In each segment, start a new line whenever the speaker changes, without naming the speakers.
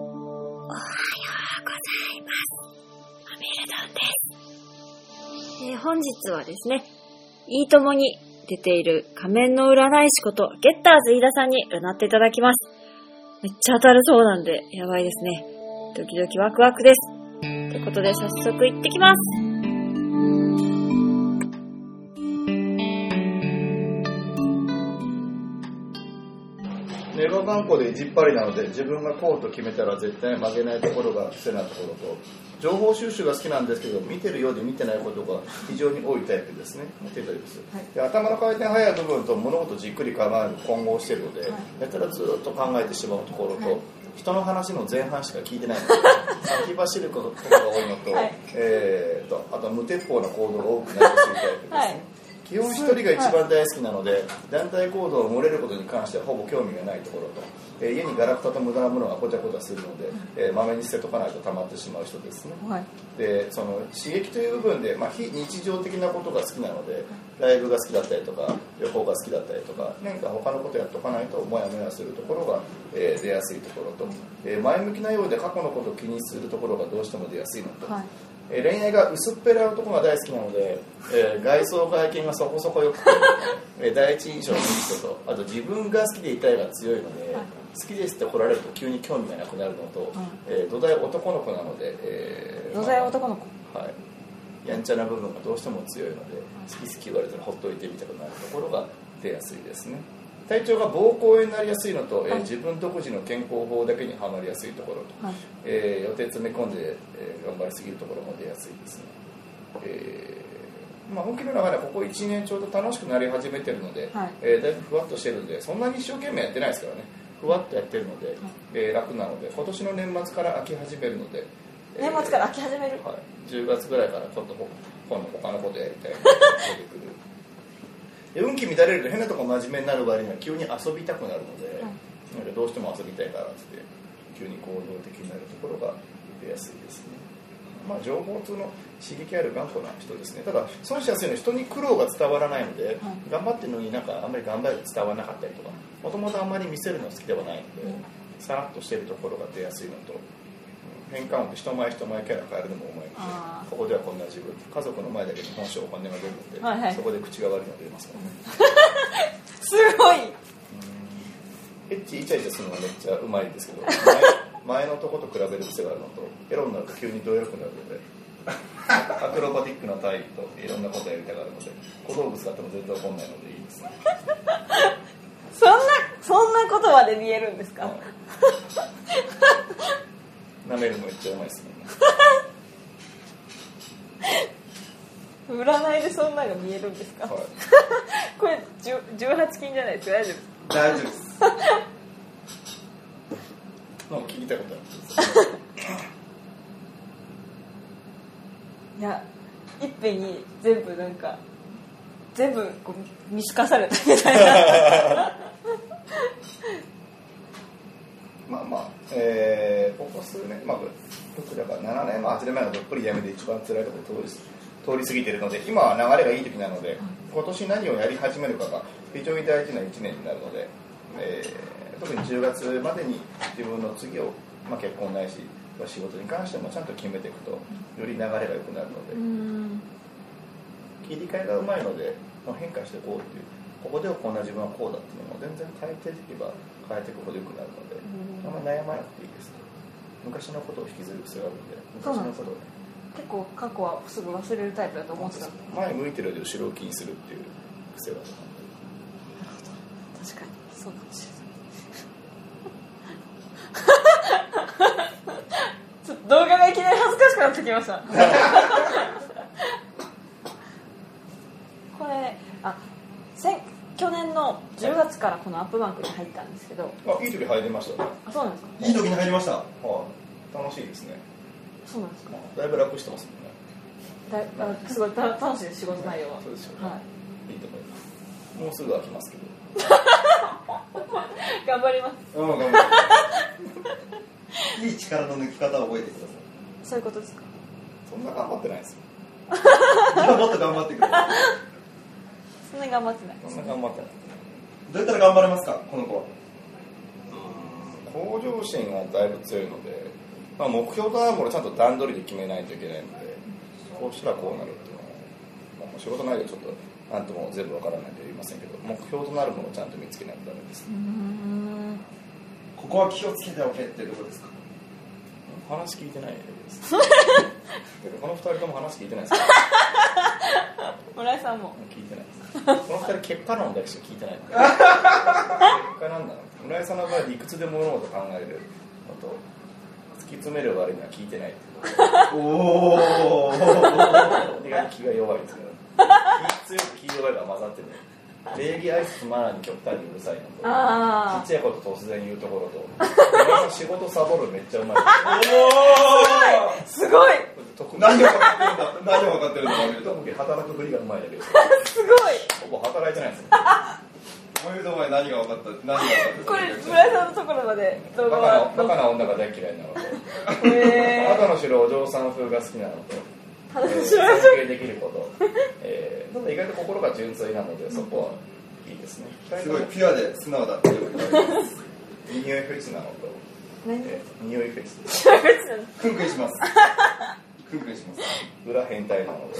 おはようございます。アメルドンです。えー本日はですね、いいともに出ている仮面の占い師こと、ゲッターズ飯田さんに占っていただきます。めっちゃ当たるそうなんで、やばいですね。ドキドキワクワクです。ということで、早速行ってきます。
ネロ頑固で意地っ張りなので自分がこうと決めたら絶対曲げないところが癖なところと情報収集が好きなんですけど見てるようで見てないことが非常に多いタイプですねっていうタイプです、で頭の回転速い部分と物事をじっくり考える混合してるので、やたらずっと考えてしまうところと、人の話の前半しか聞いて ないので先走ることとかが多いのと,、
はい
えー、とあと無鉄砲な行動が多くなってするタイプですね、
はい
基本一人が一番大好きなので団体行動を漏れることに関してはほぼ興味がないところと、えー家にガラクタと無駄なものがこちゃこちゃするので、えーまめに捨てとかないと溜まってしまう人ですね
はい
でその刺激という部分で、まあ、非日常的なことが好きなのでライブが好きだったりとか旅行が好きだったりとか何か他のことやっとかないとモヤモヤするところが、えー出やすいところと、えー前向きなようで過去のことを気にするところがどうしても出やすいのと、
はい
えー恋愛が薄っぺらい男が大好きなので、えー外装外見がそこそこ 良くて、えー第一印象のいい人とあと自分が好きでいたいが強いので、
はい
好きですって来られると急に興味がなくなるのと、えー土台男の子なので、えー
土台
まあ
男の子
はい、やんちゃな部分がどうしても強いので好き好き言われたらほっといてみたくなるところが出やすいですね体調が膀胱炎になりやすいのと、えー
はい
自分独自の健康法だけにはまりやすいところと、
はい
えー予定詰め込んで、えー頑張りすぎるところも出やすいですね、えーまあ、本気の中ではここ1年ちょうど楽しくなり始めてるので、
はい
えーだいぶふわっとしてるんでそんなに一生懸命やってないですからねふわっとやってるので、えー楽なので今年の年末から飽き始めるので、え
年
ー
末から飽き始める
はい、10月ぐらいからちょっとほ今度他のことやりたいな出てくる で運気乱れると変なとこ真面目になる割には急に遊びたくなるので、なんかどうしても遊びたいからっつって急に行動的になるところが出やすいですねまあ情報通の刺激ある頑固な人ですねただ損しやすいのは人に苦労が伝わらないので、頑張ってるのになんかあんまり頑張りが伝わらなかったりとかもともとあんまり見せるの好きではないので、さらっとしてるところが出やすいのと変換音って人前人前キャラ変えるのもうまい
あ
のでここではこんな自分家族の前だけに本性お金が出るので、
はいはい
そこで口が悪いの出ますもんね
すごい
エッチイチャイチャするのがめっちゃうまいんですけど前前のとこと比べる癖があるのとエロになると急にどよくなるので アクロバティックな体位といろんなことやりたがるので小動物があっても全然怒んないのでいいですね
そんなそんなことまで見えるんですか、
はい舐めるのめっちゃうまいですね
占いでそんなのが見えるんですか、
はい
これじゅ18金じゃないですか大丈夫です
大丈夫ですもう聞いたことある
いやいっぺんに全部なんか全部こう見透かされたみたいな
まあまあ、えーここ数年、まあ、僕だから7年、まあ、8年前のどっぷりやめて一番辛いところ通り通り過ぎてるので今は流れがいい時なので今年何をやり始めるかが非常に大事な1年になるので、えー特に10月までに自分の次を、まあ、結婚ないしまあ仕事に関してもちゃんと決めていくとより流れが良くなるので
うーん
切り替えがうまいので、まあ、変化していこうっていうここではこんな自分はこうだっていうのも全然変えていけば変えていくほど良くなるので、
うん
あんまり悩まなくていいですね昔のことを引きずる癖があるんで昔のことを
結
ね
構過去はすぐ忘れるタイプだと思ってた
前向いてるより後ろを気にするっていう癖がある
確かにそうかもしれないちょっと動画がいきなり恥ずかしくなってきましたこれあ先去年の10月からこのアップバンクに入ったんですけど
あいい時入りましたね
あそうなんですか
いい時に入りました。
はい楽しいですね
そうなんですか
まあだいぶ楽してますもんね
だあすごいた楽しいです仕事内容は
そうですよね、、
はい
いと思いますもうすぐ飽きますけど
い、頑張ります
うん頑張ります
いい力の抜き方を覚えてくだ
そういうことですか
そんな頑張ってないですよ
さい。 頑張って頑張ってください。
そんなに頑張ってない
そんな頑張ってない
どうやったら頑張れますか、この子は。
向上心がだいぶ強いのでまあ、目標となるものをちゃんと段取りで決めないといけないのでこうしたらこうなるっていうのは、まあ、仕事内容ちょっと何とも全部わからないと言いませんけど目標となるものをちゃんと見つけないとダメです
うーん
ここは気をつけておけっていうことですか
話聞いてないです だけどこの二人とも話聞いてないですか
村井さんも
聞いてないですこの二人結果論だけしか聞い てない結果なんだろう村井さんの場合理屈で物事考えることを突き詰める割には聞いてないっていう意
お
外に気が弱いですね気強く気弱いが混ざってる礼儀挨拶マナーに極端にうるさいのと
あー
ちっちゃいこと突然言うところ と俺の仕事サボるめっちゃうまい
すごい
特
お
に
何を分かってるんだ何を分かってるんだおめでとう
特に働くふりがうまいだけです
すごい
ほぼ働いてないですよ
おめでとうお前何が分かった何が分かった
これ村井さんのところまで動
バ
画
カ
は
なバカな女が大嫌いなのと
へ
赤の白お嬢さん風が好きなのと
ー
えー
話しましょ
尊敬できること、えー、ただ意外と心が純粋なのでそこはいいですね
すごいピュアで素直だっていうことがあります
匂いフェスなのと、
う何
えー、匂いフェス
クンクンしますクンクンします
裏変態なので、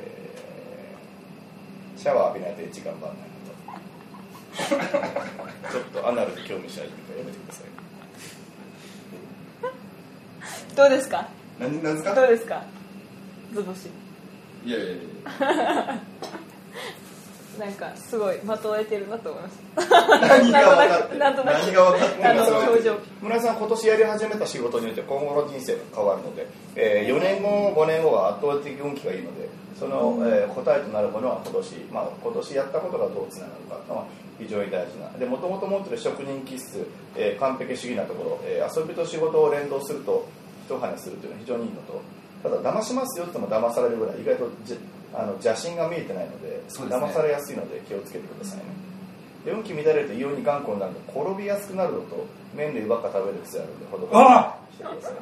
えーシャワー浴びないとエッチ頑張らないなとちょっとアナルに興味し始めたらやめてください
どうですか
何何です
どう
か
ですか図星
いやいやいや
なんかすごいまとえてるなと思いました
何が分かってる
なんとなく
何が分かってる
あの表情
村井さん今年やり始めた仕事によって今後の人生が変わるので、え4年後5年後は圧倒的運気がいいのでその、えー答えとなるものは今年、まあ、今年やったことがどうつながるかというのは非常に大事なでもともと持ってる職人気質、えー完璧主義なところ、えー遊びと仕事を連動すると一跳ねするというのは非常にいいのとただ騙しますよっても騙されるぐらい意外とじあの邪心が見えてないので
そうですね
騙されやすいので気をつけてくださいねで運気乱れると異様に頑固になるので転びやすくなるのと麺類ばっか食べる癖あるのでほどほ
あ
どにしてください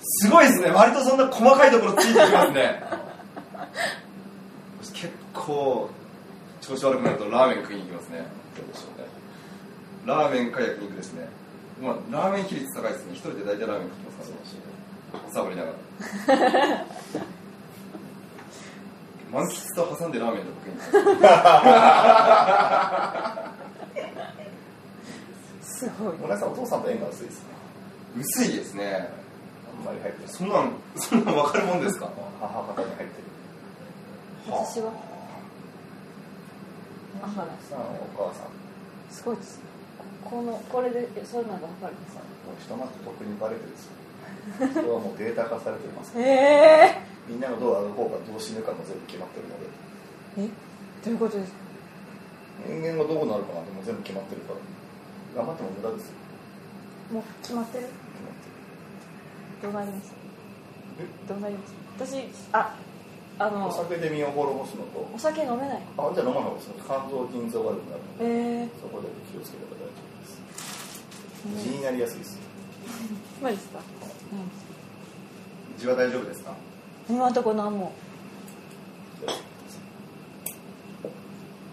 すごいですね割とそんな細かいところついてきますね結構調子悪くなるとラーメン食いに行きますね
そうでしょうね
ラーメンか焼肉ですねまあラーメン比率高いですね一人で大体ラーメン食ってますから
そうでしょ
サボりながら 満喫と挟んでラーメンとか食いに行きます
すごいう
ね村井さんお父さんと縁が薄いですね
薄いですね
あんまり入ってない
そんなんそんなん分かるもんですか
母方に入ってる
私はあまだ
さんお母さんも
すごいですここのこれでそういうのが分かるんです
う人まずとっくにバレてるんですよ人はもうデータ化されてます
へえ
みんなのどうある方がどう死ぬかも全部決まってるので
えどういうことですか
人間がどうなるかなんてもう全部決まってるから頑張っても無駄ですよ
もう決まってる
決まってる
どうなりますどうなります私ああ
お
の
酒で身を滅ぼすのと
お酒飲めない
あじゃあ飲まない方がいいですね肝臓腎臓が悪くなるので
へえ
そこで気をつければ大丈夫です地になりやすいです
マジですか、
うちは大丈夫ですか
うん、今のとこ何も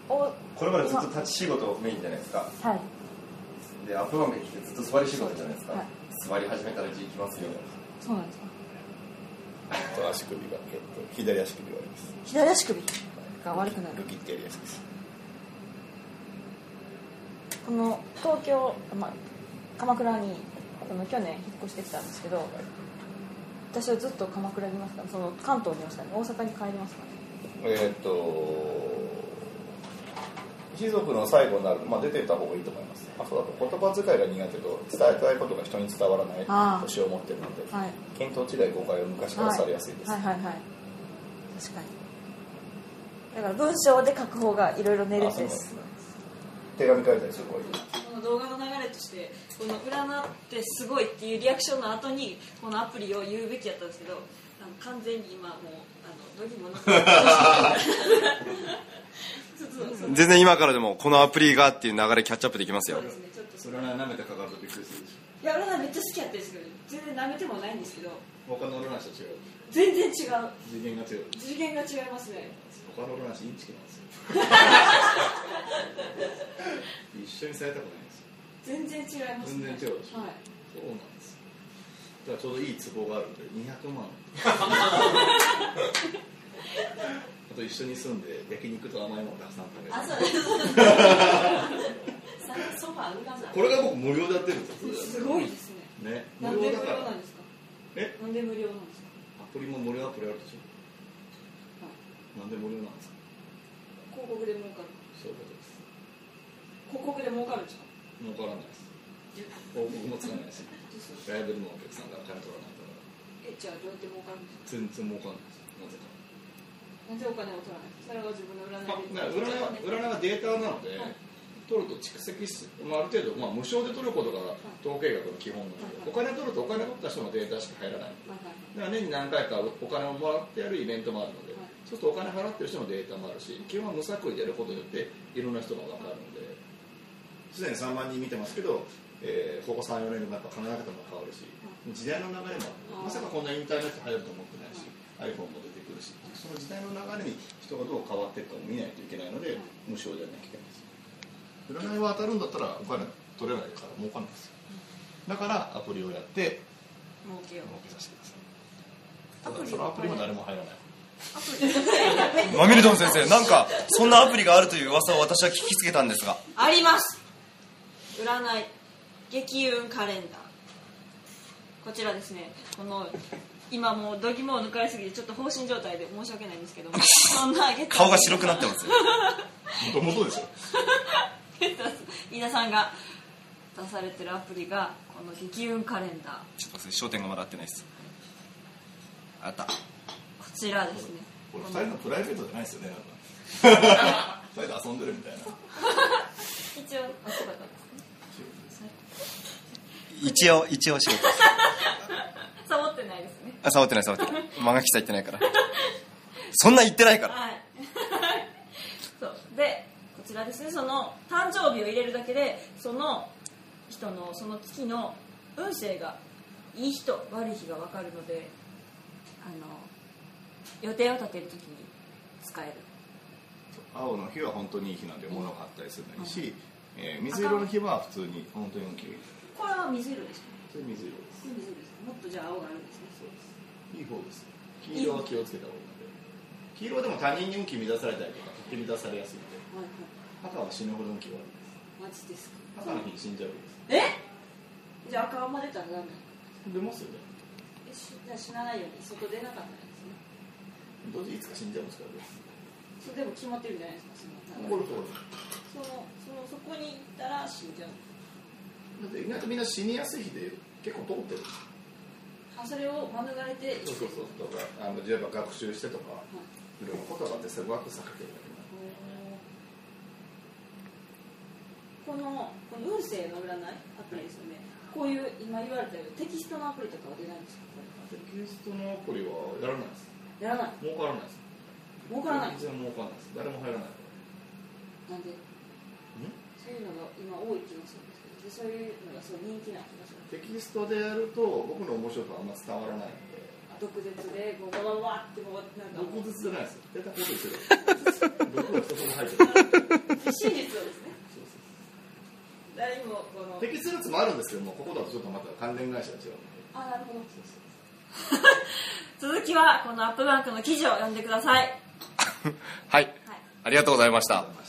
おは
これまでずっと立ち仕事メインじゃないですか
い
でアップマンが来てずっと座り仕事じゃないですか、
はい
座り始めたらうち行きますよ
そうなんですか
と足首が、えっと、左足首が悪いです
左足首が悪くなる
キってやりやすいです
この東京、まあ、鎌倉にあの去年引っ越してきたんですけど私はずっと鎌倉にいますからその関東にいますからね大阪に帰りますからね
えーっと貴族の最後になると、まあ、出てった方がいいと思いますあそうだ言葉遣いが苦手と伝えたいことが人に伝わらない
あー
年を持ってるので
はい
見当違い誤解を昔からされやすいです、
はいはいはいはい確かにだから文章で書く方がいろいろ練れてるんです
手紙書いたりする方がいいです
この動画の流れとしてこの占ってすごいっていうリアクションの後にこのアプリを言うべきやったんですけどあの完全に今もうあのどぎものちょっとそう
全然今からでもこのアプリがっていう流れキャッチアップできますよ
ですねちょっと
れは舐めてかかるとびっくりするでし
いや占いめっちゃ好きやったんですけど全然舐めてもないんですけど
ょ他の俺の話と違う
全然違う
次元が違う
次元が違いますね
他の俺の話インチキなんですよ一緒にされたことないんです
全
よ
然違いますね
全然違うでしょ
はい
そうなんですよだからちょうどいい壺があるんで200万あと一緒に住んで焼肉と甘いものたくさん食べ
あ、
て
そうです。ソファー売らない。
これが僕無料でやってるんですよ
すごいですね。
ね
な
無
んで無
料だ
料
から
なんですか。
え？
なんで無料なんですか。
アプリも無料アプリあるでしょなんで無料なんですか
広告で儲かる。
そういうことです
広告で儲かるんですか。
儲からないです広告もつかないしライブでもお客さんから金取らないから
え、じゃあどうやって儲かるんですか。
全然儲かんないですなぜか
なんでお金を取らない。それは自分の占
まあ
いで。
占いは占いはデータなので、
はい
取ると蓄積する、まあ、ある程度、まあ、無償で取ることが統計学の基本なので、お
はい
金取るとお金取った人のデータしか入らない
は
だか
いはい
ら年に何回かお金をもらってやるイベントもあるので、
はい
そうするとお金払ってる人のデータもあるし基本は無作為でやることによっていろんな人が分かるのですでに3万人見てますけど、えーここ34年でもやっぱ考え方も変わるし時代の流れもあるまさかこんなインターネット入ると思ってないし iPhone も出てくるしその時代の流れに人がどう変わっていくかも見ないといけないので無償じゃなきゃいけないです占いは当たるんだったらお金取れないから儲かんないですよだからアプリをやって
儲けよう
儲。けさせてください
アプリ
そのアプリも誰も入らない
マミルドン先生なんかそんなアプリがあるという噂を私は聞きつけたんですが
あります占い激運カレンダーこちらですねこの今もう度肝を抜かれすぎてちょっと放心状態で申し訳ないんですけどもそんなゲッターズ
顔が白くなってますよ
もともとですよ
ゲッターズ飯田さんが出されてるアプリがこの激運カレンダー
ちょっとそれ焦点がまだ合ってないですあった
こちらですね
これ二人のプライベートじゃないですよね なんか二人で遊んでるみたいな
一応あそうだった
一応一応仕事です
サボってないですね
あ触ってない触ってない漫画喫茶行ってないからそんな言ってないから
はい そうでこちらですねその誕生日を入れるだけでその人のその月の運勢がいい日と悪い日が分かるのであの予定を立てるときに使える
青の日は本当にいい日なんで物を買ったりするのにし、えー水色の日は普通に本当に運気がいい
これは水色ですね
それ水色で
水色ですもっとじゃあ青があるんですねそうです
すいい方です黄色は気をつけた方がいいので黄色はでも他人に運気乱されたりとか勝手に乱されやすいので
はいは
赤は死ぬほど運気悪い
いマジですか
です赤の日に死んじゃうんで
えじゃあ赤あんま出たらダメ
す出ますよね
えしじゃあ死なないように外出なかったんですね
どうせいつか死んじゃうんですからね
それでも決まってるじゃないですかその
これこれ
そのそのそこに行ったら死んじゃう
だって意外とみんな死にやすい日で結構通ってる
あそれを免れて
そうそうそうとかあの例えば学習してとかいろんなことがあってすごく避けてるんだけど
このこの運勢の占いアプリですよねこういう今言われたようにテキストのアプリとかは出ないんですかこ
テキストのアプリはやらないです
れやらない
儲からないです
儲からないんです
全然儲からないです誰も入らない
なんでそういうのが今多い気がするんですけどでそういうのがすごい人気な気がする
テキストでやると僕の面白さはあんま伝わらないんで
あ毒舌でこうババババってこうなんか
毒
もう
舌じゃないですよ出たことですよ 毒は一つも入ってない
真実をですね誰にもこの
テキストのやつもあるんですけどもここだとちょっとまた関連会社が違うので
あなるほど続きはこのアップバンクの記事を読んでください、
はい
はい
ありがとうございました